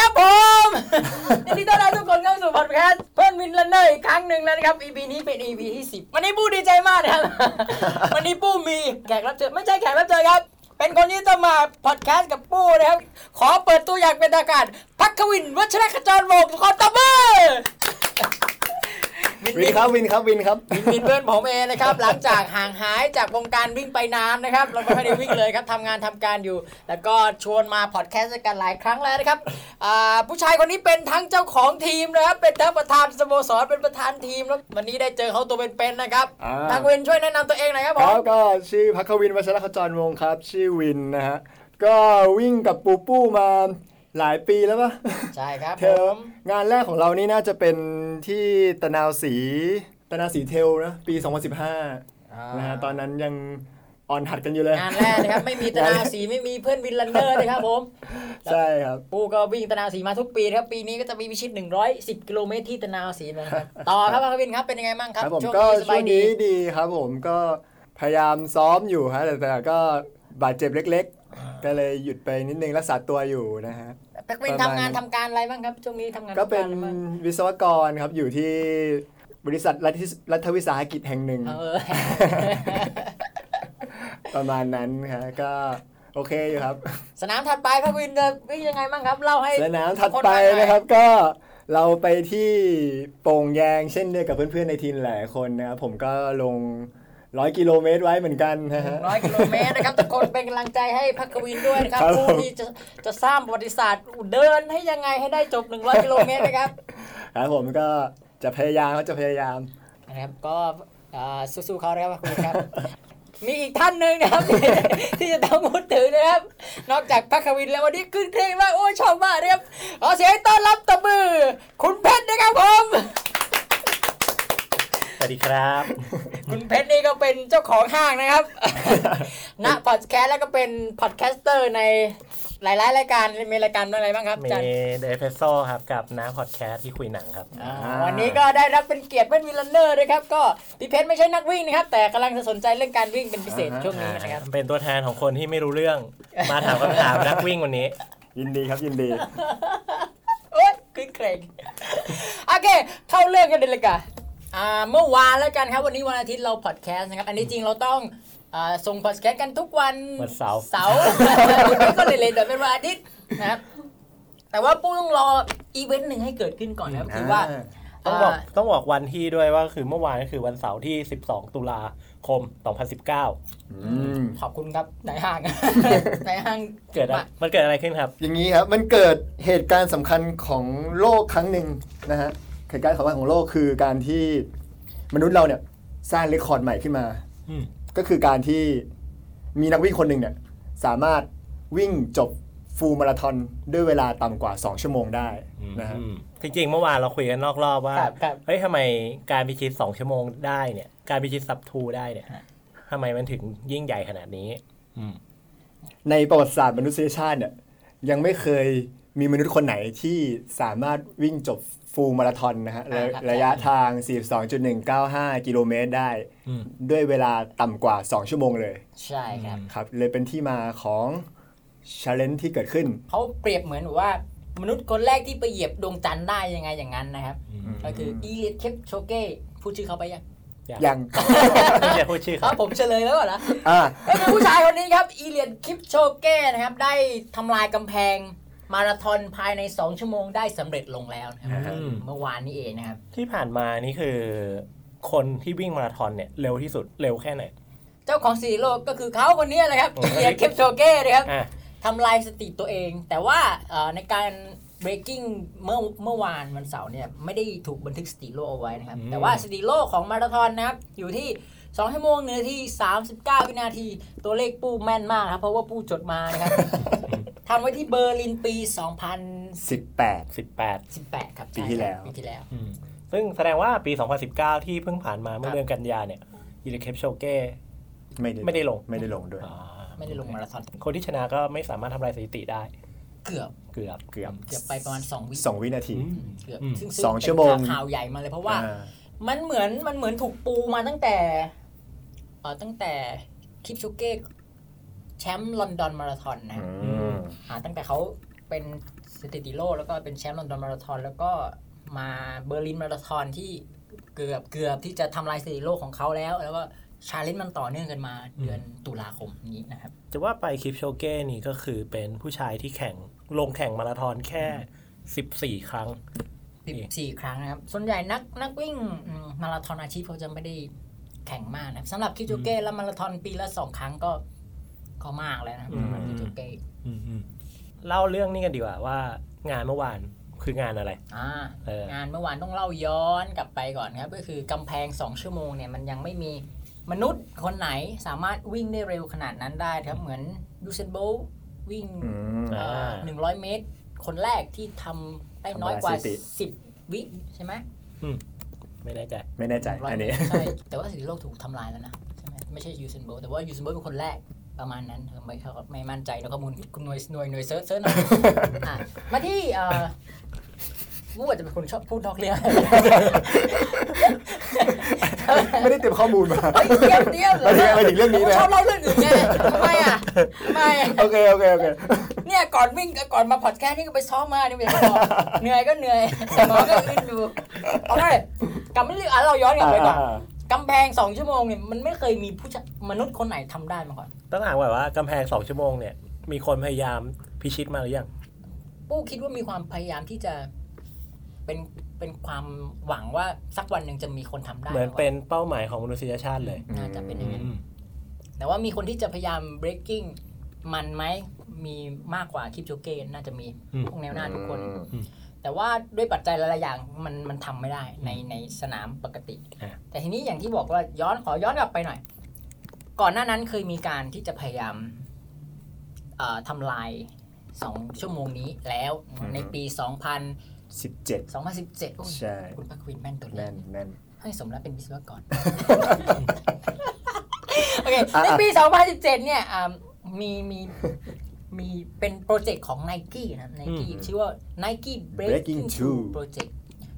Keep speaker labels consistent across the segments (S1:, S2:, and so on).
S1: ครับผม ยินดีต้อนรับทุกคนเข้าสู่พอดแคสต์เพื่อนวินลันเนอร์อีกครั้งหนึ่งแล้วนะครับ EP นี้เป็น EP ที่ 10 วันนี้ปู้ดีใจมาก นะครับ วันนี้ปู้มีแขกรับเชิญไม่ใช่แขกรับเชิญครับ เป็นคนที่ต้องมาพอดแคสต์กับปู้นะครับ ขอเปิดตัวอย่างเป็นทางการพักควินวัชรขจรวงศ์ขอตบมือ
S2: วินครับวินครับวินครับ
S1: วินเพื่อนผมเองนะครับ หลังจากห่างหายจากวงการวิ่งไปนานนะครับ เราไม่ค่อยได้วิ่งเลยครับทำงานทำการอยู่ แล้วก็ชวนมาพอดแคสต์ด้วยกันหลายครั้งแล้วนะครับอ่าผู้ชายคนนี้เป็นทั้งเจ้าของทีมนะครับ เป็นทั้งประธานสโมสร เป็นประธานทีมแล้ววันนี้ได้เจอเขาตัวเป็นๆนะครับ
S2: อ่า
S1: ทางเวนช่วยแนะนำตัวเองหน่อยครับผ
S2: ค
S1: ม
S2: รับก็ชื่อพักควินวัชรขจรวงศ์ครับ ชื่อวินนะฮะก็วิ่งกับปูปูมาหลายปีแล้วปะ
S1: ใช่ครับ
S2: เท
S1: ผ
S2: ล
S1: ม
S2: งานแรกของเรานี่น่าจะเป็นที่ตะนาวสีตะนาวสีเทลนะปี 2015นะฮะตอนนั้นยังอ่อนหัดกันอยู่เลย
S1: งานแรกนะครับไม่มีตนาสีไม่มีเพื่อนวินลันเดอร์นะครับผม
S2: ใช่ครับ
S1: ปูก็วิ่งตนาสีมาทุกปีนะครับปีนี้ก็จะมีพิชิต 110 กิโลเมตรที่ตนาสีนะครับต่อครับพวินครับเป็นยังไงบ้างครับ
S2: ครับผม
S1: ช่วง
S2: ก็
S1: นี้ส
S2: ช่
S1: บา
S2: วย ง
S1: ดี
S2: นี้ดีครับผมก็พยายามซ้อมอยู่ฮะแต่แต่ก็บาดเจ็บเล็ก ๆ ก็เลยหยุดไปนิดนึงรักษาตัวอยู่นะฮะ
S1: แพ็กวิน
S2: ประ
S1: ทำ
S2: มาณ
S1: งานทำการอะไรบ้างครับช่วงนี้ทำงาน
S2: ก็เป็น
S1: ทำารอะไร บ้าง
S2: วิศวกรครับอยู่ที่บริษัทรัฐรัฐวิสาหกิจแห่งหนึ่ง
S1: เออ
S2: ประมาณนั้นฮะก็โอเคอยู่ครับ
S1: สนามถัดไปพวินจะวิ่งยังไงบ้างครับเล่าให้
S2: สนามถัดไปนะครับก็เราไปที่โป่งแยงเช่นเดียวกับเพื่อนๆในทีมหลายคนนะครับผมก็ลงร้อยกิโลเมตรไว้เหมือนกันนะฮะ
S1: ร้อยกิโลเมตร นะครับทุกคนเป็นกำลังใจให้พักวินด้วยนะครับ
S2: ครับผม
S1: ผู้ที่จะจะสร้างประวัติศาสตร์เดินให้ยังไงให้ได้จบ 100กิโลเมตรนะครับ
S2: ครับผมก็จะพยายามก็จะพยายาม
S1: นะครับก็อ่าสู้ๆเขานะครับคุณค รับ มีอีกท่านหนึ่งนะครับ ที่ที่จะต้องพูดถึงนะครับ นอกจากพักควินแล้ววันนี้ขึ้นเพลงว่ากโอ้ยชอบมากนะครับขอเสียงต้อนรับตบมือ คุณเพชรนะครับผม
S3: สวัสดีครับ
S1: คุณเพชรนี่ก็เป็นเจ้าของห้างนะครับ ณพอดแคสต์แล้วก็เป็นพอดแคสเตอร์ในหลายๆรายการมีรายการอะไรบ้างครับ
S3: มี
S1: อาจัน
S3: เดฟเฟโซครับกับน้าพอดแคสต์ที่คุยหนังครับ
S1: วันนี้ก็ได้รับเป็นเกียรติเป็นวิลเลนเนอร์ด้วยครับก็พี่เพชรไม่ใช่นักวิ่งนะครับ แต่กำลังจะสนใจเรื่องการวิ่งเป็นพิเศษช่วงนี้นะครับ
S3: เป็นตัวแทนของคนที่ไม่รู้เรื่อง มาถามคำถามนักวิ่งวันนี้
S2: ยินดีครับยินดี
S1: โอ๊ยขึ้นเค รงโอเค เข้าเรื่องกันเลยละกันอ่าเมื่อวานแล้วกันครับ วันนี้วันอาทิตย์เราพอดแคสต์นะครับ อันนี้จริงเราต้องอ่าส่งพอดแคสต์กันทุกวัน
S3: วันเสาร์
S1: เสาร์ ก็เลยเลยแต่เป็นวันอาทิตย์นะครับ แต่ว่าปูต้องรออีเวนต์หนึ่งให้เกิดขึ้นก่อนนะครับคือว่า
S3: ต้องบอก
S1: า
S3: ต้องบอกวันที่ด้วยว่าคือเมื่อวานก็คือวันเสาร์ที่ 12 ตุลาคม 2019
S2: อืม
S1: ขอบคุณครับนายห้าง นายห้าง
S3: เกิดอะไรมันเกิดอะไรขึ้นครับ
S2: อย่างนี้ครับ มันเกิดเหตุการณ์สำคัญของโลกครั้งหนึ่งนะฮะเหตุการณ์สำคัญของโลกคือการที่มนุษย์เราเนี่ยสร้างเรคคอร์ดใหม่ขึ้นมา
S3: อืม
S2: ก็คือการที่มีนักวิ่งคนหนึ่งเนี่ยสามารถวิ่งจบฟูลมาราธอนด้วยเวลาต่ำกว่า 2 ชั่วโมงได้นะฮะ
S3: อืมจริงๆ เมื่อวานเราคุยกันนอกรอบว่า
S1: ครับครับ
S3: เฮ้ยทำไมการพิชิต 2 ชั่วโมงได้เนี่ย การพิชิตซับทูได้เนี่ยทำไมมันถึงยิ่งใหญ่ขนาดนี้ อืม
S2: ในประวัติศาสตร์มนุษยชาติเนี่ยยังไม่เคยมีมนุษย์คนไหนที่สามารถวิ่งจบฟูลมาราธอนนะฮะระ
S1: อ่าครับ
S2: ระยะทาง 42.195 กิโลเมตรได้
S3: อืม
S2: ด้วยเวลาต่ำกว่า 2 ชั่วโมงเลย
S1: ใช่ครับ
S2: ครับ เลยเป็นที่มาของช l เลน g e ที่เกิดขึ้น
S1: เขาเปรียบเหมือนแบบว่า มนุษย์คนแรกที่ไปเหยียบดวงจันทร์ได้ยังไงอย่างนั้นนะครับ ก็คืออีเลียดเคปโชเก้พูดชื่อเขาไปยัง
S2: ยัง
S3: ไม่ใช่พูดชื่อ
S1: ครั
S3: เขา
S1: บผมเฉลยแล้วก่อนนะ
S2: อ่า
S1: ก็คือผู้ชายคนนี้ครับ อีเลียนคลิปโชเก้นะครับ ได้ทำลายกำแพง มาราธอนภายใน 2 ชั่วโมงได้สำเร็จลงแล้วนะครับ
S3: อืม
S1: เมื่อวานนี้เองนะครับ
S3: ที่ผ่านมานี่คือ คนที่วิ่งมาราธอนเนี่ยเร็วที่สุดเร็วแค่ไหน
S1: เจ้าของสีโลกก็คือเขาคนนี้แหละครับ
S3: โอ้
S1: อี
S3: ย
S1: เลียนคลิปโชเก้นะครับ
S3: อ่ะ
S1: ทำลายสถิติตัวเอง แต่ว่าเอ่อในการ breaking เมื่อเมื่อวานวันเสาร์เนี่ยไม่ได้ถูกบันทึกสถิติโลกเอาไว้นะครับ แต่ว่าสถิติโลกของมาราธอนนะครับ อยู่ที่ 2 ชั่วโมงหนึ่งนาที39 วินาที ตัวเลขปูแม่นมากครับเพราะว่าปูจดมา นะครับ ทำไว้ที่เบอร์ลินปี
S2: 18
S3: สิบแปด
S1: 2018 ครับ
S2: ปีที่แล้ว
S1: ปีที่แล้ว
S3: ซึ่งแสดงว่าปี 2019 ที่เพิ่งผ่านมาเมื่อเดือนกันยาเนี่ยยิริเคปโชเก้
S2: ไม่ได้
S3: ไม่ได้ลง
S2: ไม่ได้ลงด้วย
S1: ไม่ได้ลงมาราธอน
S3: คนที่ชนะก็ไม่สามารถทำลายสถิติได้
S1: เกือบ
S3: เกือบ
S2: เกือบ
S1: เกือบไปประมาณ 2 วิ
S2: 2 วินาที
S3: อืม
S1: เกือบ
S3: อืม
S1: ซึ่งซึ่
S2: สองชั่วโมง
S1: เป็นข่าวใหญ่มาเลยเพราะว่า
S2: อ่า
S1: มันเหมือนมันเหมือนถูกปูมาตั้งแต่เออตั้งแต่คลิปชูเก้แชมป์ลอนดอนมาราธอนนะ
S2: อื
S1: ครับ
S2: ม
S1: หาตั้งแต่เขา เป็นสถิติโลกแล้วก็เป็นแชมป์ลอนดอนมาราธอนแล้วก็มาเบอร์ลินมาราธอนที่เกือบเกือบที่จะทำลายสถิติโลกของเขาแล้ว แล้วก็ชาเลนจ์มันต่อเนื่องกันมาเดือนตุลาคมนี้นะครับ
S3: จะว่าไปคลิปโชเก้นี่ก็คือเป็นผู้ชายที่แข่งลงแข่งมาราธอนแค่ 14 ครั้ง
S1: สิบสี่ครั้งนะครับ ส่วนใหญ่นักนักวิ่งอืมมาราธอนอาชีพเขาจะไม่ได้แข่งมากนะครับสำหรับคิจูเก้แล้วมาราธอนปีละสองครั้งก็ก็มากแล้วนะครับ
S3: อืม
S1: สำหรับคิจูเก้
S3: เล่าเรื่องนี้กันดีกว่าว่า งานเมื่อวานคืองานอะไร
S1: อ่า
S3: เออ
S1: งานเมื่อวานต้องเล่าย้อนกลับไปก่อนครับ ก็คือกำแพงสองชั่วโมงเนี่ยมันยังไม่มีมนุษย์คนไหนสามารถวิ่งได้เร็วขนาดนั้นได้ครับ เหมือนยูเซนโบลต์วิ่ง
S2: อืม
S3: อ่า
S1: หนึ่งร้อยเมตร คนแรกที่ทำได้น้อยกว่า
S2: ทำลายสถิติ
S1: สิบวิใช่ไหม
S3: ไม่แน่ใจ
S2: ไม่แน่ใจ
S1: ร้ย
S2: อันนี้
S1: เมตรใช่ แต่ว่าสถิติโลกถูกทำลายแล้วนะ ใช่ไหมไม่ใช่ยูเซนโบลต์แต่ว่ายูเซนโบลต์เป็นคนแรกประมาณนั้นเออไม่เขาไม่มั่นใจแล้วข้อมูลคุณหน่วยหน่วยหน่วยเซิร์ชเซิร์ชหน่อยอ่ะมาที่เอ่อมั่วจะเป็นคนชอบพูดนอกเรื่อง
S2: ไม่ได้เตรียมข้อมูลมา
S1: เฮ้ยเตี้ยมเตี้ยม
S2: มาถึงมาถึงเรื่องนี้นะ
S1: ชอบเล่าเรื่องอื่นไงทำไมอ่ะทำไมอ่ะ
S2: โอเคโอเคโอเค
S1: เนี่ยก่อนวิ่งก่อนมาพอดแคสต์นี่ก็ไปซ้อมมานี่ไม่ได้บอกเหนื่อยก็เหนื่อยสมองก็อึนอยู่เอาไงกลับไม่เรื่องอ่ะเราย้อนกลับไปก่อนกำแพงสองชั่วโมงเนี่ยมันไม่เคยมีผู้ชะมนุษย์คนไหนทำได้มาก่อน
S3: ต้องอ่านว่ากำแพง 2 ชั่วโมงเนี่ย มีคนพยายามพิชิตมาหรือยัง
S1: ปู้คิดว่ามีความพยายามที่จะเป็นเป็นความหวังว่าสักวันหนึ่งจะมีคนทำได้
S3: เหมือน
S1: มาก่
S3: เป็นเป้าหมายของมนุษยชาติเลย
S1: น่าจะเป็นอย่างนั้นแต่ว่ามีคนที่จะพยายาม breaking มันไหมมีมากกว่าคลิปโจเกนน่าจะมี
S3: อืม
S1: พวกแนวหน้าทุกคน แต่ว่าด้วยปัจจัยหลายๆอย่างมันมันทำไม่ได้ในในสนามปกติ
S3: อ่า
S1: แต่ทีนี้อย่างที่บอกว่าย้อนขอย้อนกลับไปหน่อย ก่อนหน้านั้นเคยมีการที่จะพยายามเอ่อทำลาย 2 ชั่วโมงนี้แล้ว
S2: อืม
S1: ในปี 2000
S2: สิบเจ็ด
S1: 2017โอ้ย
S2: ใช่
S1: คุณพระควินแม่นตัวเล
S2: แน่
S1: ข
S2: นแน่น
S1: ให้สมแล้วเป็นวิศวกร โอเค
S2: อ่ะ
S1: ใน
S2: อ่ะ
S1: ปี 2017 เนี่ยอ่ามีมีมีเป็นโปรเจกต์ของ n i กี้นะครับ n i กี้
S3: อืม
S1: ชื่อว่า n i กี้ breaking
S2: Breaking
S1: two
S2: Two
S1: project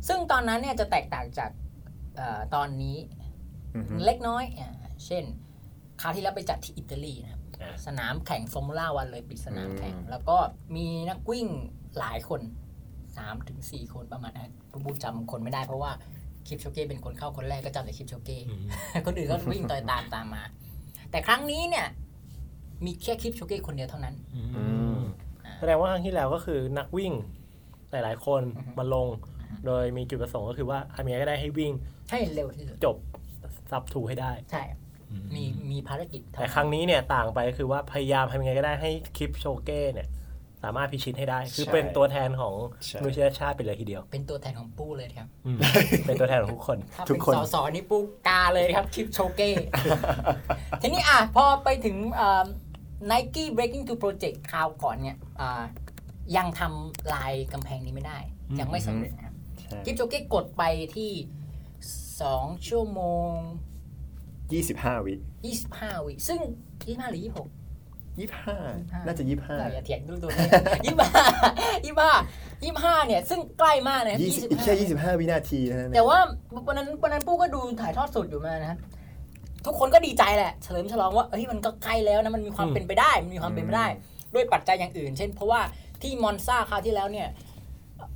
S1: ซึ่งตอนนั้นเนี่ยจะแตกต่างจากเอ่อตอนนี้
S2: อือฮึ
S1: เล็กน้อยอ่าเช่น คราวที่แล้วไปจัดที่อิตาลีนะครับ
S3: อ่า
S1: สนามแข่งฟอร์มูล่าวันเลยปิดสนามแข่ง
S2: อืม
S1: แล้วก็มีนักวิ่งหลายคน3ถึง4คนประมาณนั้นบูจำคนไม่ได้เพราะว่าคลิปโชเก้เป็นคนเข้าคนแรกก็จำแต่คลิปโชเก้ คนอื่นก็วิ่งต่อยตามตามมา แต่ครั้งนี้เนี่ย มีแค่คลิปโชเก้คนเดียวเท่านั้น
S2: ม
S3: แสดงว่าครั้งที่แล้วก็คือนักวิ่ง หลายๆ คน
S1: อือฮึ
S3: มาลง โดยมีจุดประสงค์ก็คือว่าทำยังไงก็ได้ให้วิ่ง
S1: ให้เร็วที่สุด
S3: จบซับทูให้ได้
S1: ใช่ มีมีภารกิจ
S3: แต่ครั้งนี้เนี่ยต่างไปคือว่าพยายามทำยังไงก็ได้ให้คลิปโชเก้เนี่ย สามารถพิชิตให้ได้ คือ
S2: ใช่
S3: เป็นตัวแทนของ
S2: ใช่
S3: มนุษยชาติไปเลยทีเดียว
S1: เป็นตัวแทนของปู้เลยครับ
S3: เป็นตัวแทนของทุกคน
S1: ถ้า
S2: ทุ
S1: เป็
S2: ก
S1: น
S2: คน
S1: สอสอนี่ปู้กาเลยครับ คลิปโช เก้ ทีนี้อ่ะ พอไปถึงไนกี้ breaking to project คราวก่อนเนี่ยอ่ายังทำลายกำแพงนี้ไม่ได้ ยังไม่สำเร็จนะครับ
S2: ใช่
S1: กิฟโจเก้กดไปที่ 2 ชั่วโมง
S2: ยี่สิบห้าวิ
S1: 25 วิซึ่ง 25 หรือ 26
S2: ยี่ห้าน่าจะยี่ห้า
S1: เราอย่าเถียงดูตัวเลขยี่ห้ายี่ห้ายี่ห้าเนี่ย ซึ่งใกล้มากนะ
S2: ยี่สิบอีกแค่ 25 วินาทีเท่านั้นเอง
S1: แต่ว่าวันนั้นวันนั้นปู้ก็ดูถ่ายทอดสดอยู่มานะครับ ทุกคนก็ดีใจแหละ เฉลิมฉลองว่าเอ้ยมันก็ใกล้แล้วนะมันมีความ
S3: อืม
S1: เป็นไปได้ มันมีความเป็นไปได้ ด้วยปัจจัยอย่างอื่น เช่น เพราะว่าที่มอนซาคราวที่แล้วเนี่ย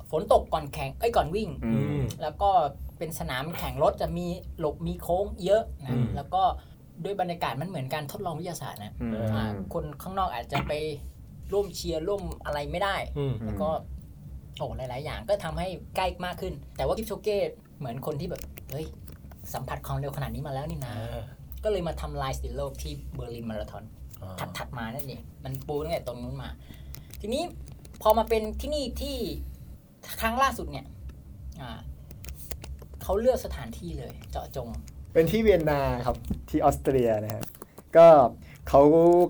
S1: ฝนตกก่อนแข่งเอ้ยก่อนวิ่ง
S2: อืม
S1: แล้วก็เป็นสนามแข่งรถจะมีหลบมีโค้งเยอะนะ
S3: อืม
S1: แล้วก็ด้วยบรรยากาศมันเหมือนการทดลองวิทยาศาสตร์นะ
S2: อืม
S1: อ่าคนข้างนอกอาจจะไปร่วมเชียร์ร่วมอะไรไม่ได้
S3: อืม
S1: แล้วก็โอ้หลาย ๆ อย่างก็ทำให้ใกล้มากขึ้น แต่ว่ากิฟโชเก้เหมือนคนที่แบบ เฮ้ย สัมผัสความเร็วขนาดนี้มาแล้วนี่นะ ก็เลยมาทำลายสถิติโลกที่เบอร์ลินมาราธอน ถัดถัดมานั่นเองมันปูตั้งแต่ตรงนู้นมา ทีนี้พอมาเป็นที่นี่ที่ครั้งล่าสุดเนี่ยอ่าเขาเลือกสถานที่เลย เจาะจง
S2: เป็นที่เวียนนาครับที่ออสเตรียนะฮะก็เขา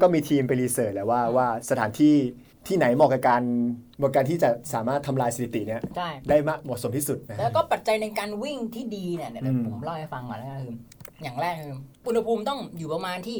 S2: ก็มีทีมไปรีเสิร์ชแหล้วว่าว่าสถานที่ที่ไหนเหมาะกับการเหมาะกับการที่จะสามารถทำลายสถิติเนี้ย
S1: ได้
S2: ได้มากเหมาะสมที่สุดนะฮะ
S1: แล้วก็ปัจจัยในการวิ่งที่ดีเนี่ยเดี๋ยว
S2: อืม
S1: ผมเล่าให้ฟังก่อนแล้วกันคืออย่างแรกคืออุณหภูมิต้องอยู่ประมาณที่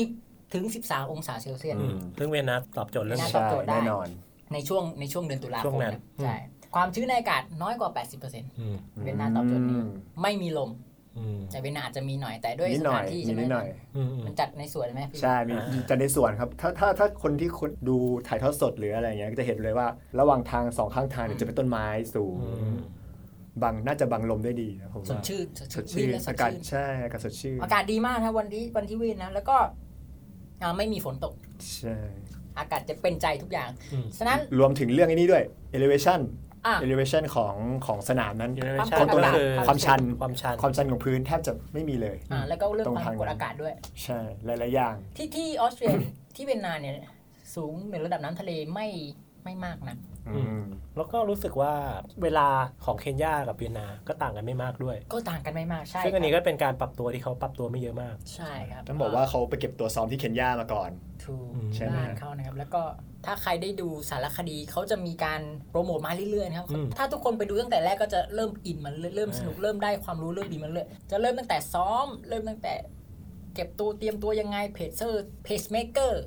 S1: 10 ถึง 13 องศาเซลเซียส
S3: อืมซึ่งเวียนนาตอบโจทย์เรื่อง
S1: น่า
S3: นี้
S1: ตอบ
S2: ใช่
S1: โจทย์ได้
S2: แน่นอน
S1: ในช่วงในช่วงเดือนตุลาค
S3: ช่ว
S1: ม
S3: งนั้น
S1: นะ
S3: อืม
S1: ใช่ความชื้นในอากาศน้อยกว่า 80%
S3: อืม
S1: เวียดนามตอบโจทย์นี้
S2: อืม
S1: ไม่มีลม
S3: อื อืม
S1: แต่เวียนนาอาจจะมีหน่อยแต่ด้วย
S2: นิด
S1: ส
S2: หน่อ
S1: ถาย นที่
S2: มี
S1: ใช่ไหม
S2: นิดหน่อย
S3: อืมอืม
S1: มันจัดในสวนไหมพี่
S2: ใช่มีจะในส่วนครับ ถ้าถ้าถ้าคนที่คนดูถ่ายทอดสดหรืออะไรเงี้ยก็จะเห็นเลยว่า ระหว่างทางสองข้างทางเนี่ยจะเป็นต้นไม้สูง
S3: อืม
S2: บังน่าจะบังลมได้ดีนะผม
S1: สด
S2: ว่า
S1: ชื่น
S2: สดชื่น
S1: วีและส
S2: อา
S1: ด
S2: กาศ
S1: ชื่น
S2: ใช่อากาศสดชื่น
S1: อากาศดีมากนะวันที่วันที่วีนนะแล้วก็อ่าไม่มีฝนตก
S2: ใช่
S1: อากาศจะเป็นใจทุกอย่าง
S3: อืม
S1: ฉะนั้น
S2: รวมถึงเรื่องไอ้นี้ด้วย elevation
S1: อ่ะ
S2: elevation ของของสนามนั้น
S3: อยู่ใน
S1: ความก
S3: ชั้น
S1: ด
S3: ก็
S1: อากาศ
S3: คือ
S2: ความชัน
S3: ความชัน
S2: ความชันของพื้นแทบจะไม่มีเลย
S1: อ่าแล้วก็เรื่อง
S2: ตรง
S1: ความ
S2: ทาง
S1: กดอากาศด้วย
S2: ใช่หลายๆอย่าง
S1: ที่ที่ออสเตรีย ที่เวียนนาเนี่ย สูงเหนือระดับน้ำทะเลไม่ไม่มากนะ
S3: อืม แล้วก็รู้สึกว่าเวลาของเคนยากับเวียนนาก็ต่างกันไม่มากด้วย
S1: ก็ต่างกันไม่มากใช่
S3: ซึ่งอันนี้
S1: ครับ
S3: ก็เป็นการปรับตัวที่เขาปรับตัวไม่เยอะมาก
S1: ใช่ครับ
S2: ต้องบอกว่าเขาไปเก็บตัวซ้อมที่เคนยามาก่อน
S1: ถูก
S3: อืม
S2: ใช่ไหม
S1: บ้านเขานะครับ แล้วก็ถ้าใครได้ดูสารคดีเขาจะมีการโปรโมทมาเรื่อยๆนะครับ
S3: อืม
S1: ถ้าทุกคนไปดูตั้งแต่แรกก็จะเริ่มอินมันเรื่อยเริ่มสนุกเริ่มได้ความรู้เริ่มดีมันเลยจะเริ่มตั้งแต่ซ้อม เริ่มตั้งแต่ เก็บตัวเตรียมตัวยังไงเพจเซอร์เพจเมเกอร์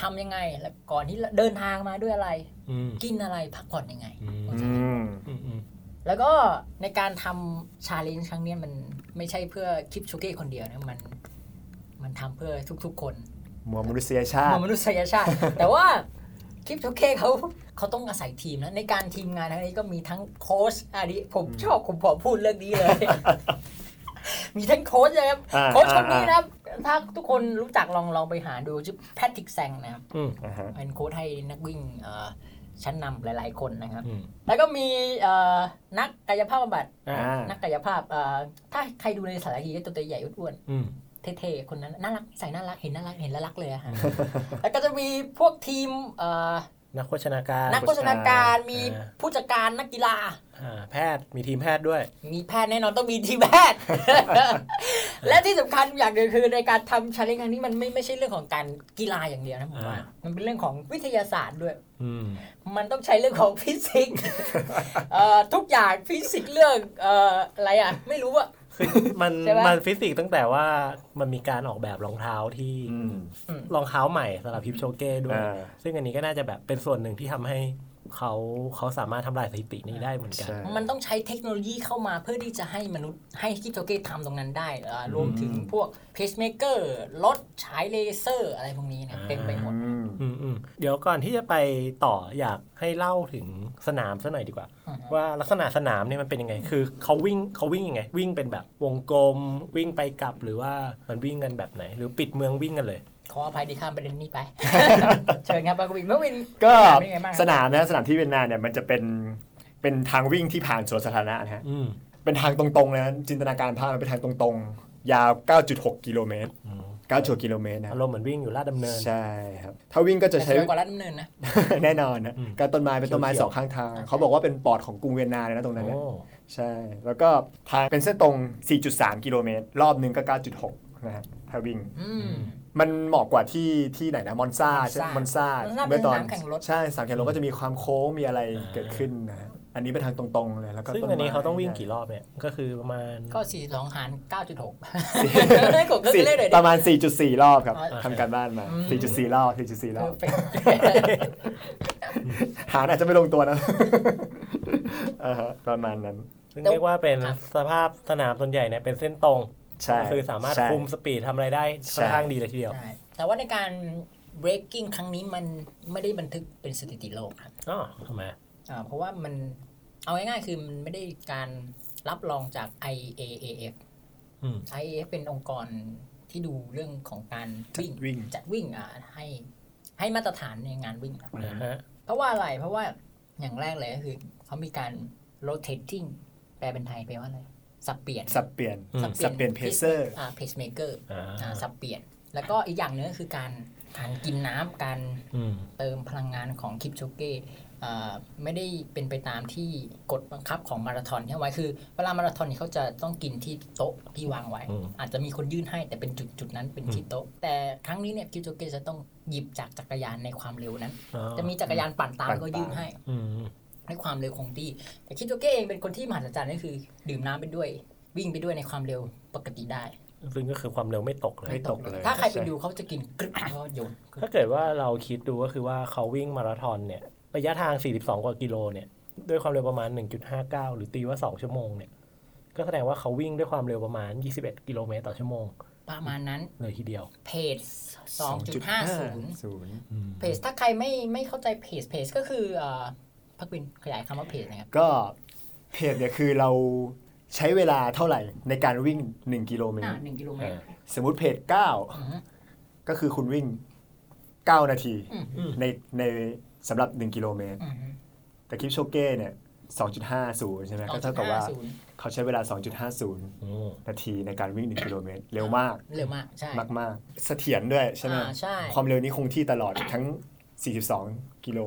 S1: ทำยังไงแล้วก่อนที่เดินทางมาด้วยอะไร
S3: อืม
S1: กินอะไรพักผ่อนยังไง
S3: อื
S2: อื
S3: ม
S2: ม
S3: อืมอืม
S1: แล้วก็ในการทำชาเลนจ์ครั้งเนี้ยมันไม่ใช่เพื่อคลิปชูเก้คนเดียวนะมัน มันทำเพื่อทุกๆคน
S2: มวลมนุษยชาม
S1: วล
S2: ติ
S1: มนุษยชาติ แต่ว่าคลิปชูเก้เขาเขาต้องอาศัยทีมนะในการทีมงานครั้งนี้ก็มีทั้งโค้ชอันนี้ผมชอบผมขอพูดเรื่องนี้เลย มีทั้งโค้ชนะครับ
S2: อ่า
S1: โค้ชคนนี้
S2: อ่า
S1: นะครับ ถ้าทุกคนรู้จักลองลองไปหาดูชื่อแพทริกแซงนะครับ
S3: อืม
S2: อ่าฮะ
S1: เป็นโค้ชให้นักวิ่งเอ่อชั้นนำหลาย ๆคนนะครับ
S3: อืม
S1: แล้วก็มีเอ่อนักกายภาพบำบัด
S3: อ่า
S2: อ่า
S1: นักกายภาพเอ่อถ้าใครดูในสารคดีตัวใหญ่อ้วน
S3: อืม
S1: ๆเท่ๆ คนนั้น น่ารักใส่น่ารัก เห็นน่ารัก เห็นแล้วรักเลยอะฮะ แล้วก็จะมีพวกทีมเอ่อ
S3: นักโภชนาการ
S1: นักโภชนาการ
S2: อ่ามี
S1: มีผู้จัดการนักกีฬา
S3: อ่าแพทย์มีทีมแพทย์ด้วย
S1: มีแพทย์แน่นอนต้องมีทีมแพทย์ และที่สำคัญอย่างหนึ่งคือในการทำชาเลนจ์ครั้งนี้มันไม่ไม่ใช่เรื่องของการกีฬาอย่างเดียวนะผมว่า
S3: อ่า
S1: มันเป็นเรื่องของวิทยาศาสตร์ด้วย
S3: อืม
S1: มันต้องใช้เรื่องของฟิสิกส์ เอ่อทุกอย่างฟิสิกส์เรื่องเอ่ออะไรอ่ะ ไม่รู้อ่ะ
S3: คือมัน
S1: ใช่ปะ
S3: มันฟิสิกส์ตั้งแต่ว่ามันมีการออกแบบรองเท้าที่
S2: อืม
S3: รองเท้าใหม่สำหรับฮิปโชเก้ด้วย
S2: อ่า
S3: ซึ่งอันนี้ก็น่าจะแบบเป็นส่วนหนึ่งที่ทำให้เขาเขาสามารถทำลายสถิตินี้ได้เหมือนกัน
S2: ใช่
S1: มันต้องใช้เทคโนโลยีเข้ามาเพื่อที่จะให้มนุษย์ให้คริปโตเกตทำตรงนั้นได้เอ่อรวมถึงพวกเพชเมเกอร์รถฉายเลเซอร์อะไรพวกนี้นะ
S3: อ่า
S1: เต็มไปหมด
S2: อืม
S3: อืมอืมเดี๋ยวก่อนที่จะไปต่ออยากให้เล่าถึงสนามซะหน่อยดีกว่า
S1: อืม
S3: ว่าลักษณะสนามเนี่ยมันเป็นยังไง คือเขาวิ่งเขาวิ่งยังไง วิ่งเป็นแบบวงกลม วิ่งไปกลับหรือว่ามันวิ่งกันแบบไหน หรือปิดเมืองวิ่งกันเลย
S1: ขออภัยที่ข้ามประเด็นนี้ไป เชิญครับปากวินเมื่อวิน
S2: ก็
S1: เป็นยังไงบ้าง
S2: สนามนะสนามที่เวียนนาเนี่ยมันจะเป็นเป็นทางวิ่งที่ผ่านสวนสาธารณะนะฮะ
S3: อืม
S2: เป็นทางตรงๆเลยนะจินตนาการภาพมันเป็นทางตรงๆ ยาว 9.6 กิโลเมตร
S3: อืม
S2: 9.6กิโลเมตรนะ
S3: อารมณ์เหมือนวิ่งอยู่ลาดดำเนิน
S2: ใช่ครับ ถ้าวิ่งก็จะ
S1: แต่ส
S2: ใช้
S1: วยกว่ารัฐดำเนินนะ
S2: แน่นอนนะ
S3: อืม
S2: ก็ต้นไม้เป็นต้นไม้สองข้างทาง เขาบอกว่าเป็นปอดของกรุงเวียนนาเลยนะตรงนั้นนะ
S3: โอ้
S2: ใช่ แล้วก็ทางเป็นเส้นตรง 4.3 กิโลเมตร รอบหนึ่งก็ 9.6 นะฮะถ้าวิ่ง
S1: อืม
S2: มันเหมาะกว่าที่ที่ไหนนะมอนซาใช่ไหมมอนซาม
S1: อนซ่าเป็นสนามแข่งรถ
S2: ใช่สนามแข่งรถก็จะมีความโค้งมีอะไรเกิดขึ้นนะฮะอันนี้เป็นทางตรงๆเลยแล้วก็
S3: ซึ่ง
S2: ต้ไม้
S3: อันนี้เขาต้องวิ่งกี่รอบเนี่ย ก็คือประมาณ
S1: ก็42หาร9.6ได้ก ดเครื่อง
S2: สี่
S1: เล่นหน่อย
S2: ป
S1: ดิ
S2: ระมาณ 4.4 รอบครับ
S1: อ๋อ
S2: ทำการบ้านมา
S1: อืม
S2: 4.4 รอบ 4.4 ร
S1: เพ
S2: อ
S1: อบ ร์เฟกต์
S2: หารอาจจะไม่ลงตัวนะ อ่าฮะประมาณนั้น
S3: ซึ่งเรียกว่าเป็นสภาพสนามส่วนใหญ่เนี่ยเป็นเส้นตรง
S2: ใช่
S3: คือสามารถ
S2: ใช่
S3: คุมสปีดทำอะไรได้ค่อนข้างดีเลยทีเดียว
S1: ใช่แต่ว่าในการ breaking ครั้งนี้มันไม่ได้บันทึกเป็นสถิติโลกครับ
S3: อ๋อทำไม
S1: อ่าเพราะว่ามันเอาง่ายๆคือมันไม่ได้การรับรองจาก IAAF
S3: อืม
S1: IAAF เป็นองค์กรที่ดูเรื่องของการวิ่ง
S2: วิ่ง
S1: จัดวิ่งอ่าให้ให้มาตรฐานในงานวิ่งครับ
S3: นะฮะ
S1: เพราะว่าอะไรเพราะว่าอย่างแรกเลยก็คือเขามีการ rotating แปลเป็นไทยแปลว่าอะไรสับเปลี่ยน
S2: สับเปลี่ยน
S3: อืม
S2: สับเปลี่ยน pacer
S1: อ่า pacemaker
S3: อ่า
S1: อ่าสับเปลี่ยน แล้วก็อีกอย่างหนึงก็คือการการกินน้ำการ
S3: อืม
S1: เติมพลังงานของคิปโชเก้อ่าไม่ได้เป็นไปตามที่กฎบังคับของมาราธอนที่เอาไว้คือ เวลามาราธอนเนี่ยเขาจะต้องกินที่โต๊ะที่วางไว้
S3: อืม
S1: อาจจะมีคนยื่นให้แต่เป็นจุดจุดๆนั้นเป็นที่โต๊ะ แต่ครั้งนี้เนี่ยคิปโชเก้จะต้องหยิบจากจักรยานในความเร็วนั้น
S3: อ๋อ
S1: จะมีจักรยานปั่นตาม
S2: ปั่นตาม
S1: ก็ยื่นให้
S3: อืม
S1: ในความเร็วคงที่ แต่คิปโชเก้เองเป็นคนที่มหัศจรรย์ก็คือ ดื่มน้ำไปด้วย วิ่งไปด้วยในความเร็วปกติได้
S3: ซึ่งก็คือความเร็วไม่ตกเลย
S2: ไม่ตกเลย
S1: ถ้าใครไปดูเขาจะกินกรึ๊บแล้วก็โยน
S3: ถ้าเกิดว่าเราคิดดูก็คือว่าเขาวิ่งมาราธอนเนี่ย ระยะทาง 42 กว่ากิโลเนี่ย ด้วยความเร็วประมาณ 1.59 หรือตีว่า 2 ชั่วโมงเนี่ย ก็แสดงว่าเขาวิ่งด้วยความเร็วประมาณ 21 กิโลเมตรต่อชั่วโมง
S1: ประมาณนั้น
S3: เลยทีเดียว
S1: เพจ2.50
S2: ศูนย์
S1: เพจถ้าใครไม่ไม่เข้าใจเพจเพจก็คือเอ่อพักบินขยายคำว่าเพจนะครับ
S2: ก็เพจเนี่ยคือเราใช้เวลาเท่าไหร่ในการวิ่ง 1 กิโลเมต
S1: อ่าร หนึ่งกิโลเมตร
S2: สมมติเพจ9 ก็คือคุณวิ่ง 9 นาที
S1: อืม
S2: ในในสำหรับ 1 กิโลเมตร
S1: อือฮึ
S2: แต่คลิปโชเก้เนี่ย 2.50 ใช่ไหมก็เท่ากับว่า
S1: 2.50
S2: เขาใช้เวลา 2.50 นาทีในการวิ่ง 1 กิโลเมตร เร็วมาก
S1: เร็วมากใช่
S2: มาก ๆ เสถียรด้วยใช่ไหม
S1: อ่าใช่
S2: ความเร็วนี้คงที่ตลอดทั้ง 42 กิโล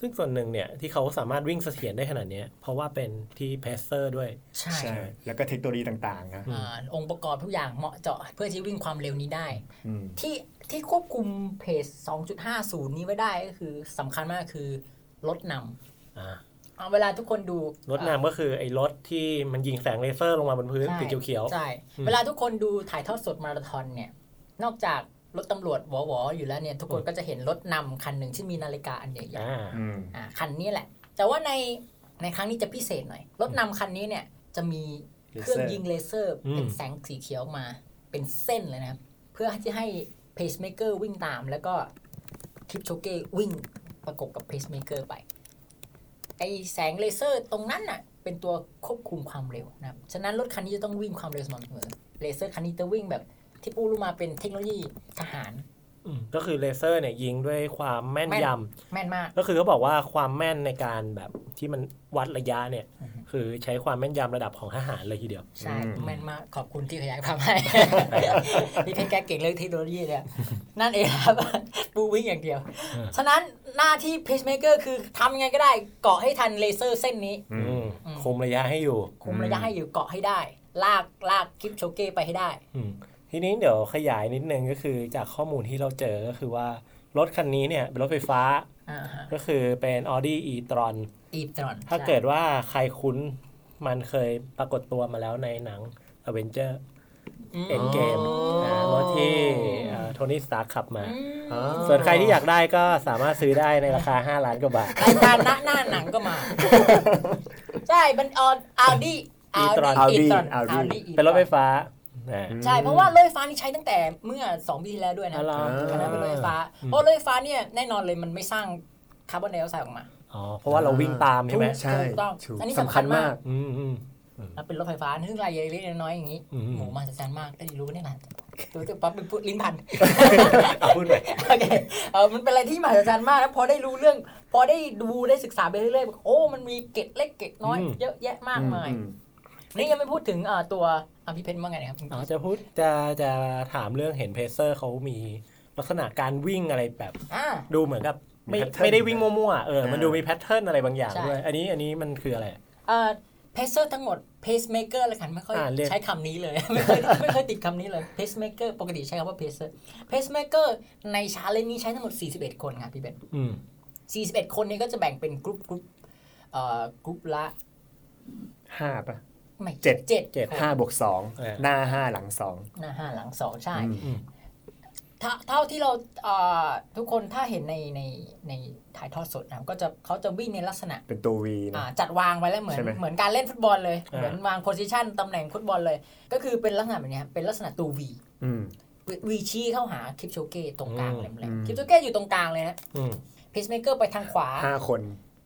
S3: ซึ่งส่วนหนึ่งเนี่ยที่เขาสามารถวิ่งเสถียรได้ขนาดเนี้ยเพราะว่าเป็นที่เพสเซอร์ด้วย
S1: ใช่
S2: ใช่ แล้วก็เทคโนโลยีต่าง ๆ นะ
S1: อ่าองค์ประกอบทุกอย่างเหมาะเจาะเพื่อที่วิ่งความเร็วนี้ได้
S2: อืม
S1: ที่ที่ควบคุมเพจ2.50 นี้ไว้ได้ก็คือสำคัญมากคือรถน
S3: อ่า
S1: ำเอาเวลาทุกคนดู
S3: รถนำก็คือไอ้รถที่มันยิงแสงเลเซอร์ลงมาบนพื้น
S1: ใช่
S3: สีเขียว
S1: ใช่
S3: อืม
S1: เวลาทุกคนดูถ่ายทอดสดมาราธอนเนี่ย นอกจากรถตำรวจหวอๆอยู่แล้วเนี่ย ทุกคนก็จะเห็นรถนำคันหนึ่งที่มีนาฬิกาอันใหญ่ๆ
S3: ๆอ่า
S2: อืม
S1: อ่าคันนี้แหละ แต่ว่าในในครั้งนี้จะพิเศษหน่อย รถนำคันนี้เนี่ยจะมีเครื่องยิงเลเซอร์เป็นแสงสีเขียวมาเป็นเส้นเลยนะครับ เพื่อที่ให้เพจเมเกอร์วิ่งตาม แล้วก็คลิปโชเก้วิ่งประกบกับเพจเมเกอร์ไป ไอแสงเลเซอร์ตรงนั้นน่ะเป็นตัวควบคุมความเร็วนะครับ ฉะนั้นรถคันนี้จะต้องวิ่งความเร็วสม่ำเสมอเลเซอร์คันนี้จะวิ่งแบบที่ปูรู้มาเป็นเทคโนโลยีทหาร
S3: อืมก็คือเลเซอร์เนี่ยยิงด้วยความแม่นยำ
S1: แม่นมาก
S3: ก็คือเขาบอกว่าความแม่นในการแบบที่มันวัดระยะเนี่ย
S1: อือฮึ
S3: คือใช้ความแม่นยำระดับของทหารเลยทีเดียว
S1: ใช่แม่นมากขอบคุณที่ขยายความให้ นี่เพชรแกเก่งเรื่องเทคโนโลยีเลยนั่นเองครับ บูวิ่งอย่างเดียว
S3: อืม
S1: ฉะนั้นหน้าที่เพชเมเกอร์คือทำยังไงก็ได้เกาะให้ทันเลเซอร์เส้นนี้
S2: อื
S3: อื
S2: ม
S3: ม
S1: อืม
S3: คุมระยะให้อยู่
S1: คุมระยะให้อยู่เกาะให้ได้ ลากลากคลิปโชเก้ไปให้ได้
S3: อืมทีนี้เดี๋ยวขยายนิดนึงก็คือจากข้อมูลที่เราเจอก็คือว่า รถคันนี้เนี่ยเป็นรถไฟฟ้า
S1: อ่าฮะ
S3: ก็คือเป็น Audi e-tron
S1: อีปตรอน
S3: ถ้าเกิดว่าใครคุ้นมันเคยปรากฏตัวมาแล้วในหนัง a v e n g e r
S1: ม
S3: Endgame
S1: อ๋อ
S3: อ่ารถที่โทนี่สตาร์ขับมา
S1: อืม
S2: อ๋อ
S3: ส่วนใครที่อยากได้ก็สามารถซื้อได้ในราคา 5 ล้านกว่าบาท
S1: รายการหน้าหน้าหนังก็ มา ใช่มันออนอาร์ดี้อาร์
S3: e-tron
S1: ดี้
S2: Audi
S3: เป็นรถไฟฟ้าอ่า
S1: ใช่ เพราะว่ารถไฟฟ้านี่ใช้ตั้งแต่เมื่อ 2 ปีที่แล้วด้วยนะ
S3: อ๋อเหรอ
S1: คณะเป็นรถไฟฟ้า
S3: อืม
S1: เพราะรถไฟฟ้าเนี่ยแน่นอนเลยมันไม่สร้างคาร์บอนไดออกไซด์ออกมา
S3: อ๋อ เพราะว่าเราวิ่งตามใช่ไหม
S1: ถู
S2: ใช่
S1: ถูกต้อง
S2: ถูก
S1: อันนี้
S2: สำคัญ
S1: สำคัญมาม
S2: าก ก
S3: อืมอืม
S1: แล้วเป็นรถไฟฟ้าซึ่งรายละเอียดเล็กๆน้อยๆอย่างนี้
S3: อืม
S1: โหมหัศจรรย์มากได้รู้เนี่ยนะตัวเต็มปั๊บเป็นพูดลิ้นพัน
S3: เอาพูดไป
S1: โอเคเออมันเป็นอะไรที่มหัศจรรย์มากนะพอได้รู้เรื่อง พอได้ดูได้ศึกษาไปเรื่อยๆโอ้มันมีเกร็ดเล็กเกร็ดน้อยเยอะแยะมากมาย
S2: อืม
S1: นี่ยังไม่พูดถึงเอ่อตัวอ่ะพี่เพชรว่าไงนะครับ
S3: อ๋อจะพูดจะจะถามเรื่องเห็นเพเซอร์เขามีลักษณะการวิ่งอะไรแบบ
S1: อ่า
S3: ดูเหมือนกับไม่
S2: มี pattern
S3: ไม่ได้วิ่งมั่วๆ เออ มัน
S2: อ่า
S3: ดูมีแพทเทิร์นอะไรบางอย่าง
S1: ใช่
S3: ด้วย อันนี้อันนี้มันคืออะไร
S1: เอ่อเพเซอร์ทั้งหมดเพสเมเกอร์ละกันไม่ค่อย
S3: อ่าเรียก
S1: ใช้คำนี้เลย ไม่เคยไม่เคยติดคำนี้เลยเพสเมเกอร์ปกติใช้คำว่าเพเซอร์เพสเมเกอร์ในชาเลนนี้ใช้ทั้งหมด 41 คนครับพี่เบน
S3: อืม
S1: 41 คนนี้ก็จะแบ่งเป็นกรุ๊ปกรุ๊ปเอ่อกรุ๊ปละ
S2: ห้าป่ะ
S1: ไม่
S2: เจ็ด
S1: เจ็ด
S3: เจ็ด
S1: คน
S2: ห้าบวกสอง
S3: เออ
S2: หน้าห้าหลังสอง
S1: หน้าห้าหลังสองใช่
S2: อืม
S1: เท่าเท่าที่เราเอ่อทุกคนถ้าเห็นในในในถ่ายทอดสดนะครับก็จะเขาจะวิ่งในลักษณะ
S2: เป็นตัววีนะ
S1: อ่าจัดวางไว้แล้วเหมือน
S2: ใช่ไหม
S1: เหมือนการเล่นฟุตบอลเลย
S3: อ่า
S1: เหมือนวางโพสิชันตำแหน่งฟุตบอลเลย ก็คือเป็นลักษณะแบบเนี้ยครับเป็นลักษณะตัววี
S2: อืม
S1: วีชี้เข้าหาคลิปโชเก้ตรงกลางแหล
S2: อื
S1: ม
S2: ม
S1: ๆคลิปโชเก้อยู่ตรงกลางเลยนะ
S3: อืม
S1: พีซเมเกอร์ไปทางขวา
S2: ห้าคน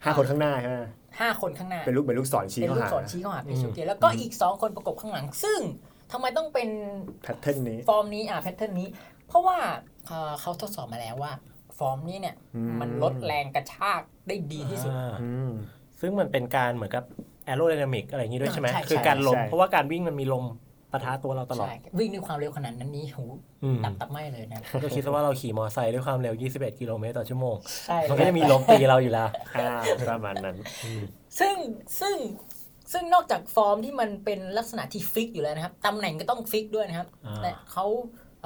S2: ห้าคนข้างหน้าใช่ไหม
S1: 5 คนข้างหน้า
S2: เป็นลูกเป็นลูกศรชี้
S1: เป็น
S2: เข้า
S1: ลูก
S2: หา
S1: ศรชี้เข้าหาพีซโชเก้แล้วก็อีก 2 คนประกบข้างหลัง ซึ่งทำไมต้องเป็น
S2: แพทเทิร์นนี้
S1: ฟอร์มนี้อ่ะแพทเทิร์นนี้ เพราะว่าเอ่อเขาทดสอบมาแล้วว่า ฟอร์มนี้เนี่ย
S2: อืม
S1: มันลดแรงกระชากได้ดีที่สุด
S3: อ่า
S2: อืม
S3: ซึ่งมันเป็นการเหมือนกับแอโรไดนามิกอะไรอย่างนี้ด้วยใช่ไหม
S1: ใช่ใช่
S3: คือการลม
S2: ใช่
S3: เพราะว่าการวิ่งมันมีลมปะทะตัวเราตลอด
S1: ใช่วิ่งด้วยความเร็วขนาดนั้นนี้หู
S3: อืม
S1: ดับตับไหมเลยนะ
S3: ก็คิดซะว่าเราขี่มอเตอร์ไซค์ด้วยความเร็ว 21 กิโลเมตรต่อชั่วโมง
S1: ใช่
S3: มันก็จะมีลมตีเราอยู่แล้ว
S2: อ่าประมาณนั้น
S1: ซึ่งซึ่งซึ่งนอกจากฟอร์มที่มันเป็นลักษณะที่ฟิกอยู่แล้วนะครับตำแหน่งก็ต้องฟิกด้วยนะครับ
S3: อ่า
S1: แต่เขาเ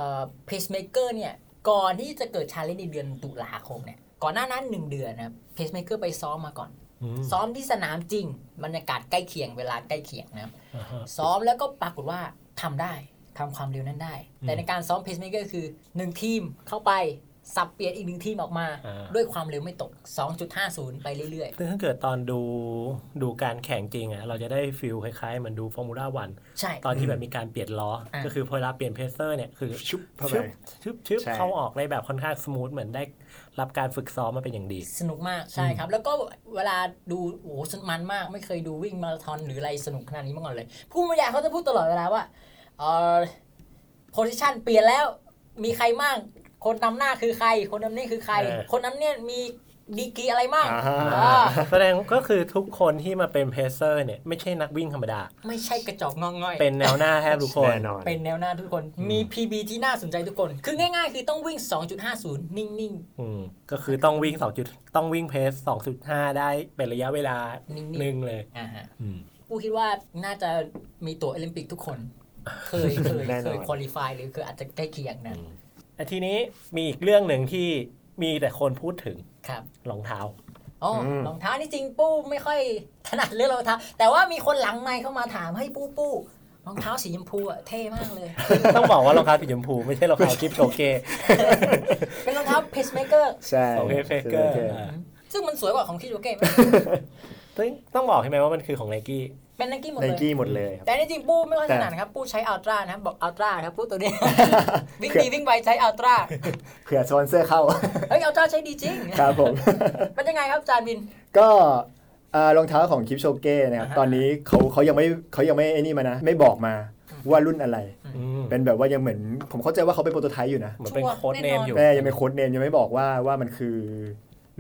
S1: พจเมเกอร์เนี่ย ก่อนที่จะเกิดชาเลนจ์ในเดือนตุลาคมเนี่ย ก่อนหน้านั้น 1 เดือนนะครับเพจเมเกอร์ไปซ้อมมาก่อน
S3: อืม
S1: ซ้อมที่สนามจริง บรรยากาศใกล้เคียงเวลาใกล้เคียงนะครับ
S3: อ่าฮะ
S1: ซ้อมแล้วก็ปรากฏว่าทำได้ทำความเร็วนั้นได้ แต่ในการซ้อมเพจเมเกอร์คือ 1 ทีมเข้าไป สับเปลี่ยนอีกหนึ่งทีมออกมา
S3: อ่า
S1: ด้วยความเร็วไม่ตก 2.50 ไปเรื่อย
S3: ซึ่งถ้าเกิดตอนดูดูการแข่งจริงอ่ะเราจะได้ฟิลคล้ายๆเหมือนดูฟอร์มูล่าวัน
S1: ๆ ใช่
S3: ตอนที่แบบมีการเปลี่ยนล้ออา ก็คือพอเวลาเปลี่ยนเพรสเซอร์เนี่ยคือ
S2: ชุบเข้าไป
S3: ชึบชึบชึบ
S2: ใช่
S3: เข้าออกได้แบบค่อนข้างสมูทเหมือนได้รับการฝึกซ้อมมาเป็นอย่างดี
S1: สนุกมากใช่ครับ แล้วก็เวลาดูโอ้โหสนุกมันมากไม่เคยดูวิ่งมาราธอนหรืออะไรสนุกขนาดนี้มาก่อนเลย ผู้บรรยายเขาจะพูดตลอดเวลาว่าเออโพซิชันเปลี่ยนแล้วมีใครบ้างคนนำหน้าคือใคร คนนำนี่คือใคร
S3: เออ
S1: คนนำเนี่ยมีดีกรีอะไรบ้าง
S2: อ่า
S1: อ่า
S3: แสดงก็คือทุกคนที่มาเป็นเพรสเซอร์เนี่ยไม่ใช่นักวิ่งธรรมดา
S1: ไม่ใช่กระจอกงอกง่อย
S3: เป็นแนวหน้าแทบทุกคน
S2: แน่นอน
S1: เป็นแนวหน้าทุกคนมี PB ที่น่าสนใจทุกคน คือง่ายๆ คือต้องวิ่ง 2.50 นิ่งๆ นิ่ง
S3: อืมก็คือต้องวิ่ง2จุดต้องวิ่งเพรส2.5 ได้เป็นระยะเวลาหนึ่งเลย
S1: ๆอ่าฮะ
S3: อืม
S1: กูคิดว่าน่าจะมีตั๋วโอลิมปิกทุกคน เคยเคย
S2: แน่นอน
S1: เคยคุริฟายหรือคืออาจจะใกล้เคียงนั้น
S3: อืม แต่ทีนี้มีอีกเรื่องหนึ่งที่มีแต่คนพูดถึง
S1: ครับ
S3: รองเท้า
S1: อ๋ออ
S2: ม
S1: รองเท้านี่จริงปู้ไม่ค่อยถนัดเรื่องรองเท้าแต่ว่ามีคนหลังไมค์เข้ามาถามให้ปู้ปู้รองเท้าสีชมพูอะเท่มากเลย
S3: ต้องบอกว่ารองเท้าสีชมพูไม่ใช่รองเท้าคลิปโชเก้
S1: เป็นรองเท้าเพสเมเกอร์
S2: ใช่
S3: ของเพเฟเกอร์
S1: ซึ่งมันสวยกว่าของคิดโอเก้
S3: ซึ่งต้องบอกใช่ไหมว่ามันคือของไนกี้
S1: เป็นนักกี้หมด
S2: ไน
S1: เลย
S2: กี้หมดเลยครับ
S1: แต่ในจริงปู้ไม่ค่อย
S2: แต่
S1: ถนัดนะครับ ปู้ใช้อัลตร้านะครับ บอกอัลตร้าครับปู้ตัวเนี้ย วิ่งดีวิ่งไวใช้อัลตร้า
S2: เผื่อสปอนเซอร์เข้า
S1: เฮ้ยอัลตร้าใช้ดีจริง
S2: ครับผม
S1: เป็นยังไงครับอาจารย์บิน
S2: ก็อ่ารองเท้าของคิปโชเก้นะครับ ตอนนี้เขาเขายังไม่เขายังไม่ไอ้นี่มานะ ไม่บอกมาว่ารุ่นอะไร
S3: อืม
S2: เป็นแบบว่ายังเหมือน ผมเข้าใจว่าเขาเป็นโปรโตไทป์อยู่นะ
S3: เหมือนเป็นโค้ดเนมอยู่
S2: แต่ยังไม่โค้ดเนมยังไม่บอกว่าว่ามันคือ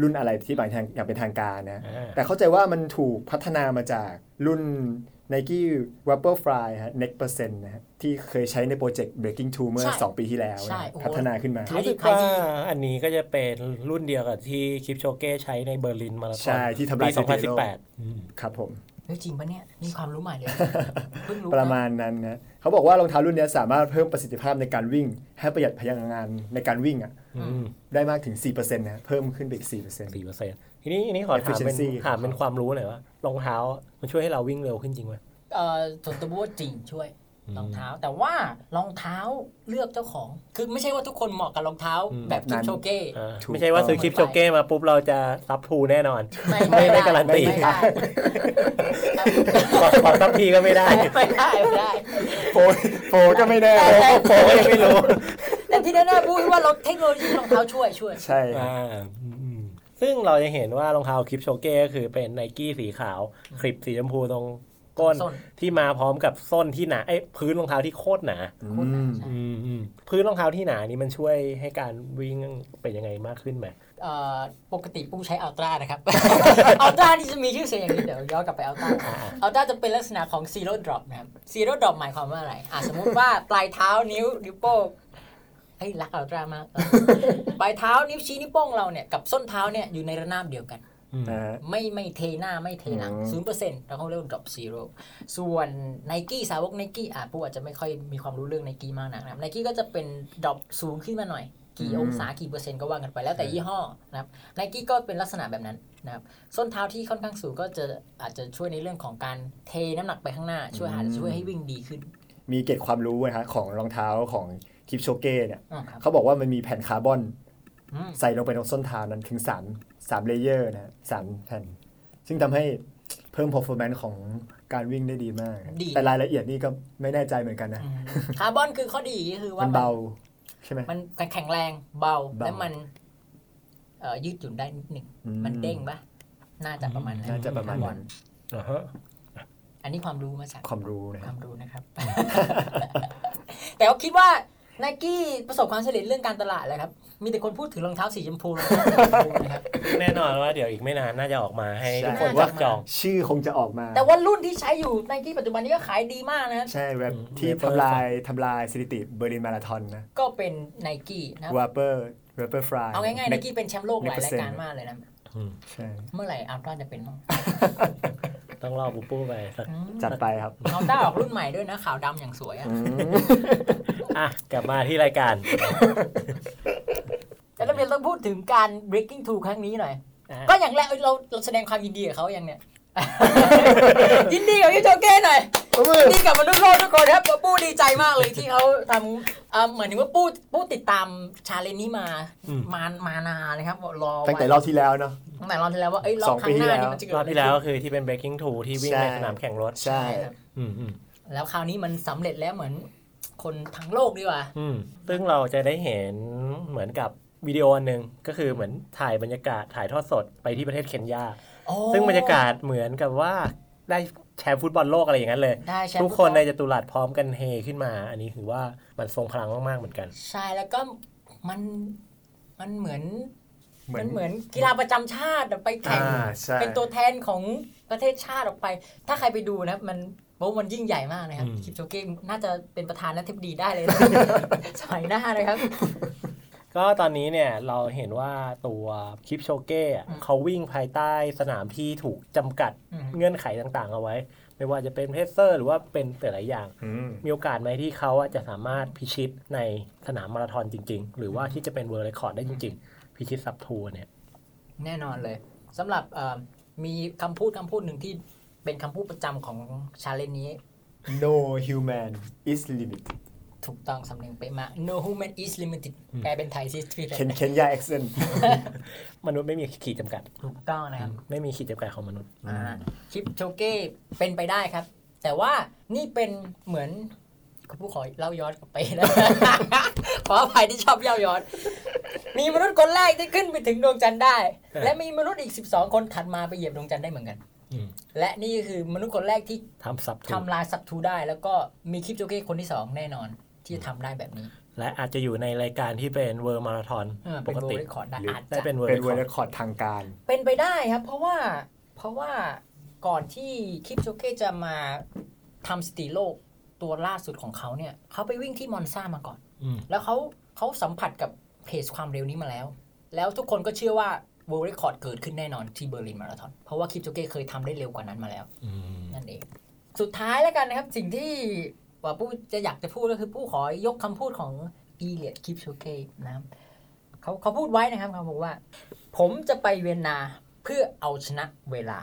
S2: รุ่นอะไรที่หมายทางอย่างเป็นทางการนะ
S3: อ่า
S2: แต่เข้าใจว่ามันถูกพัฒนามาจากรุ่น Nike w a p p e r Fly ฮะ Neck Percent นะฮะที่เคยใช้ในโปรเจกต์ Breaking Two เมื่อ
S1: ใช่
S2: 2 ปีที่แล้วนะ
S1: ใช่โอ้โห
S2: พัฒนาขึ้นมา
S1: ขาย
S3: รู้
S1: ดี
S3: สึก
S1: ขาย
S3: ว่า
S1: ดี
S3: อันนี้ก็จะเป็นรุ่นเดียวกับที่คลิปโชเก้ใช้ในเบอร์ลินมาราธอน
S2: ใช่ที่ทำลาย
S3: ปี
S2: สถิติโลก
S3: 2018อืม
S2: ครับผม
S1: เฮ้ยจริงปะเนี่ยนี่ความรู้ใหม่เลย เพิ่งรู้
S2: ประมาณนั้นนะเขาบอกว่ารองเท้ารุ่นเนี้ยสามารถเพิ่มประสิทธิภาพในการวิ่ง ให้ประหยัดพลังงานในการวิ่งอ่ะ
S3: อืม
S2: ได้มากถึง 4%นะเพิ่มขึ้นไปอีก 4%
S3: สี่เปอร์เซ็นต์ทีนี้ทีนี้ขอถามเป็น
S2: Efficiency
S3: ถามเป็นความรู้หน่อยว่ารองเท้ามันช่วยให้เราวิ่งเร็วขึ้นจริงไหม
S1: เอ่อส่วนตัวบู้จริงช่วย
S3: อืม
S1: รองเท้า แต่ว่ารองเท้าเลือกเจ้าของ คือไม่ใช่ว่าทุกคนเหมาะกับรองเท้า
S3: อืม
S1: แบบคิปโชเก้
S3: อ่า
S2: ถูก
S3: ไม่ใช่ว่าซื้อคลิปโชเก้มาปุ๊บเราจะซับทูแน่นอน
S1: ไม่
S3: ไม่ได้การันตี
S1: ไม่ได้
S3: ขอขอซับทีก็ไม่ได้
S1: ไม่ได้ไม่ได้
S2: โฟโฟก็ไม่แน่
S1: แต่แต่
S3: โฟก็ยังไม่รู้
S1: แต่ที่แน่ๆพูดว่าเราเทคโนโลยีรองเท้าช่วยช่วย
S2: ใช่ครับ
S3: อ่าอืมอืมซึ่งเราจะเห็นว่ารองเท้าคลิปโชเก้ก็คือเป็นไนกี้สีขาว คลิปสีชมพูตรงก้น
S1: ส้น
S3: ที่มาพร้อมกับส้นที่หนาเอ้ยพื้นรองเท้าที่โคตรหนา
S1: โคตรหนาใช่
S3: อืมอืมพื้นรองเท้าที่หนานี่มันช่วยให้การวิ่งเป็นยังไงมากขึ้นไหม
S1: เอ่อปกติปุ้งใช้อัลตร้า นะครับ อัลตร้านี่จะมีชื่อเสียงอย่างนี้เดี๋ยวย้อนกลับไปอัลตร้าอัลตร้าจะเป็นลักษณะของซีโร่ดรอปนะครับซีโร่ดรอปหมายความว่าอะไรอ่ะสมมุติว่าปลายเท้านิ้วนิ้วโป้งเฮ้ยรักอัลตร้าม ากปลายเท้านิ้วชี้นิ้วโป้งเราเนี่ยกับส้นเท้าเนี่ยอยู่ในระนาบเดียวกัน
S2: นะฮะ
S1: ไม่ไม่เทหน้าไม่เทหลัง
S2: อืม
S1: ศูนย์เปอร์เซ็นต์เราเขาเรียกว่า drop zero ส่วน Nike สาวก Nike อ่ะผู้อาจจะไม่ค่อยมีความรู้เรื่อง Nike มากนักนะครับ Nike ก็จะเป็น drop สูงขึ้นมาหน่อย กี่องศากี่เปอร์เซ็นต์ก็ว่ากันไปแล้วแต่ยี่ห้อนะครับ Nike ก็เป็นลักษณะแบบนั้นนะครับ ส้นเท้าที่ค่อนข้างสูงก็จะอาจจะช่วยในเรื่องของการเทน้ำหนักไปข้างหน้า ช่วยหาช่วยให้วิ่งดีขึ้น
S2: มีเกร็ดความรู้นะฮะของรองเท้าของคิปโชเก้เนี่ย
S1: อ๋อครับ
S2: เขาบอกว่ามันมีแผ่นคาร์บอน
S1: อืม
S2: ใส่ลงไปตรงส้นเท้านั้นถึง3 3เลเยอร์นะฮะสามแผ่น ซึ่งทำให้เพิ่ม performance ของการวิ่งได้ดีมากนะ
S1: ดี
S2: แต่รายละเอียดนี่ก็ไม่แน่ใจเหมือนกันนะ
S1: อืมคาร์บอนคือข้อดีก็คือว่า
S2: มัน
S1: มั
S2: เบาใช่ไหม
S1: มันแข็งแรงเบา
S2: เบา
S1: และมันเอ่อยืดหยุ่นได้นิดหนึ่ง
S2: อื
S1: มันเด้งปะน่าจะประมาณ
S2: น่าจะประมาณ
S1: คบ
S2: นั้
S1: อน ล
S3: อ่าฮะ
S1: อันนี้ความรู้มาจาก
S2: ความรู้นะ
S1: ค
S2: ฮะ
S1: วามรู้นะครับ แต่ก็คิดว่า n นกี้ประสบความสำเร็จเรื่องการตลาดแหละครับ มีแต่คนพูดถึงรองเท้าสีชมพูรองเท้าสี ชมพูนะครับ
S3: แน่นอนว่าเดี๋ยวอีกไม่นานน่าจะออกมาให้
S2: ใช่
S3: ทุกคน
S1: น่า
S3: ว่า
S1: จะ
S3: จอง
S2: ชื่อคงจะออกมา
S1: แต่ว่ารุ่นที่ใช้อยู่ n นกี้ปัจจุบันนี้ก็ขายดีมากนะครับ
S2: ใช่แรป
S3: อืม
S2: ที่
S3: Rapper
S2: ทำลายทำลายสถิติเบอร์ลินมาราธอนนะ
S1: ก็เป็น n นกี้นะครับ
S2: วาเปอร์เวเปอร์ฟราย
S1: เอาง่ายๆ n นกี้เป็นแชมป์โลกหลายรายการมากเลยนะ
S2: ใช่
S1: เมื่อไหร่อัลตร้าจะเป็นบ้าง
S3: ต้องรอปูปูไปสัก
S1: อืม
S2: จัดไปครับ
S1: อัลตร้าออกรุ่นใหม่ด้วยนะขาวดำอย่างสวยอะ
S2: อืม
S3: อ่ะ กลับมาที่รายการ
S1: แต่เราเรียนต้องพูดถึงการ breaking two ครั้งนี้หน่อย
S3: อ่ะ
S1: ก็อย่างแรกเอ้ยเราเราแสดงความยินดีกับเขาอย่างเนี้ย ยินดีกับพี่โจเก้หน่อย
S2: ปรบมือ
S1: ดีกับมนุษย์โลกทุกคนครับปู้ดีใจมากเลยที่เขาทำเอ่อเหมือนถึงว่าปู้ปู้ติดตามชาเลนจ์นี้มา
S3: อืม
S1: มามานานนะครับบอกรอ
S2: ตั้งแต่
S1: วัน
S2: รอบที่แล้วเนาะ
S1: ตั้งแต่รอบที่แล้วว่าเอ้ยรอ
S2: ส
S1: บ
S2: อง
S1: ครั้
S2: ปี
S1: งหน้า
S2: ที่แล้ว
S1: นี่มันจะเกิด
S3: รอบ
S1: อะไร
S3: ที่แล้วก็คือที่เป็น breaking two ที่วิ่ง
S2: ใช่
S3: ในสนามแข่งรถ
S2: ใช่
S1: ใช่ครับ
S3: อืมอืม
S1: แล้วคราวนี้มันสำเร็จแล้วเหมือนคนทั้งโลกดีกว่า
S3: อืมซึ่งเราจะได้เห็นเหมือนกับวิดีโออันหนึ่งก็คือเหมือนถ่ายบรรยากาศถ่ายทอดสดไปที่ประเทศเคนยา
S1: โอ้
S3: ซึ่งบรรยากาศเหมือนกับว่าได้แชมป์ฟุตบอลโลกอะไรอย่างนั้นเลย
S1: ได้แชมป์
S3: ทุกคนใน
S1: ฟุตบอล
S3: จตุรัสพร้อมกันเฮขึ้นมา อันนี้ถือว่ามันทรงพลังมาก ๆ เหมือนกัน
S1: ใช่แล้วก็มันมันเหมือน
S2: เหมื
S1: มั
S2: อน
S1: นเหมือนกีฬาประจำชาติอะไปแข่ง
S2: อ่าใช่
S1: เป็นตัวแทนของประเทศชาติออกไป ถ้าใครไปดูนะมันโอ้มันยิ่งใหญ่มากนะครับ
S3: อืม
S1: คลิปโจเก้งน่าจะเป็นประธานและเทปดีได้เลยนะ สมัยหน้านะครับ
S3: ก็ตอนนี้เนี่ยเราเห็นว่าตัวคิปโชเก้อะ
S1: อืม
S3: เขาวิ่งภายใต้สนามที่ถูกจำกัด
S1: อืม
S3: เงื่อนไขต่าง ๆ เอาไว้ ไม่ว่าจะเป็นเพรสเซอร์หรือว่าเป็นแต่หลายอย่าง
S2: อืม
S3: มีโอกาสไหมที่เขาอะจะสามารถพิชิตในสนามมาราธอนจริง ๆ หรือว่าที่จะเป็นเวิร์ลเรคคอร์ดได้จริง ๆ พิชิตซับทูเนี่ย
S1: แน่นอนเลยสำหรับเอ่อมีคำพูดคำพูดหนึ่งที่เป็นคำพูดประจำของชาเลนนี้
S2: no human is limited
S1: ถูกต้องสำเนียงไปะมาก no human is limited
S3: อืม
S1: แปลเป็นไทยซิสพี่เลย
S2: เคนเคนยา accent
S3: มนุษย์ไม่มีขีดจำกัด
S1: ถูกต้องนะครับ
S3: ไม่มีขีดจำกัดของมนุษย์
S1: อ่าคลิปโชเก้เป็นไปได้ครับ แต่ว่านี่เป็นเหมือนคุณผู้ขอเล่าย้อนกลับไปนะ ขออภัยที่ชอบเล่าย้อน มีมนุษย์คนแรกที่ขึ้นไปถึงดวงจันทร์ได้
S3: ครับ
S1: และมีมนุษย์อีก 12 คนถัดมาไปเหยียบดวงจันทร์ได้เหมือนกัน
S3: อืม
S1: และนี่ก็คือมนุษย์คนแรกที่
S3: ทำซับทู
S1: ทำลายสัตว์ทูได้ แล้วก็มีคลิปโชเก้คนที่สองแน่นอนที่จะทำได้แบบนี้
S3: และอาจจะอยู่ในรายการที่เป็นเวอร์มาราธอน
S1: เออ
S3: ป
S1: เป็น
S3: ก
S1: โว
S3: ติ
S1: ลคอร์ดได้อาจ
S3: ได้
S1: จะ
S3: เป็นเวอร์
S2: เป็น
S3: คอ
S2: world
S3: ร์
S2: record ทางการ
S1: เป็นไปได้ครับ เพราะว่าเพราะว่าก่อนที่คลิปโชเก้จะมาทำสถิติโลกตัวล่าสุดของเขาเนี่ย เขาไปวิ่งที่มอนซ่ามาก่อน แล้วเขาเขาสัมผัสกับเพจความเร็วนี้มาแล้ว แล้วทุกคนก็เชื่อว่า World Record เกิดขึ้นแน่นอนที่เบอร์ลินมาราธอนเพราะว่าคลิปโชเก้เคยทำได้เร็วกว่านั้นมาแล้ว นั่นเอง สุดท้ายแล้วกันนะครับ สิ่งที่ว่าผู้จะอยากจะพูดก็คือผู้ขอยกคำพูดของอีเลียดคิปโชเกนะครับเขาเขาพูดไว้นะครับเขาบอกว่า ผมจะไปเวียนนาเพื่อเอาชนะเวลา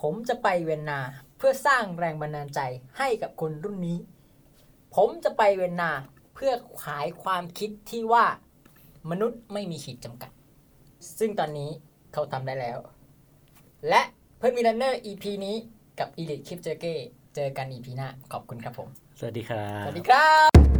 S1: ผมจะไปเวียนนาเพื่อสร้างแรงบันดาลใจให้กับคนรุ่นนี้ ผมจะไปเวียนนาเพื่อขายความคิดที่ว่ามนุษย์ไม่มีขีดจำกัด ซึ่งตอนนี้เขาทำได้แล้ว และเพื่อนมิลันเนอร์ EP นี้กับ Elite Clip j e r k e เจอกัน EP หน้า ขอบคุณครับผม
S3: สวัสดีครับ
S1: สวัสดีครับ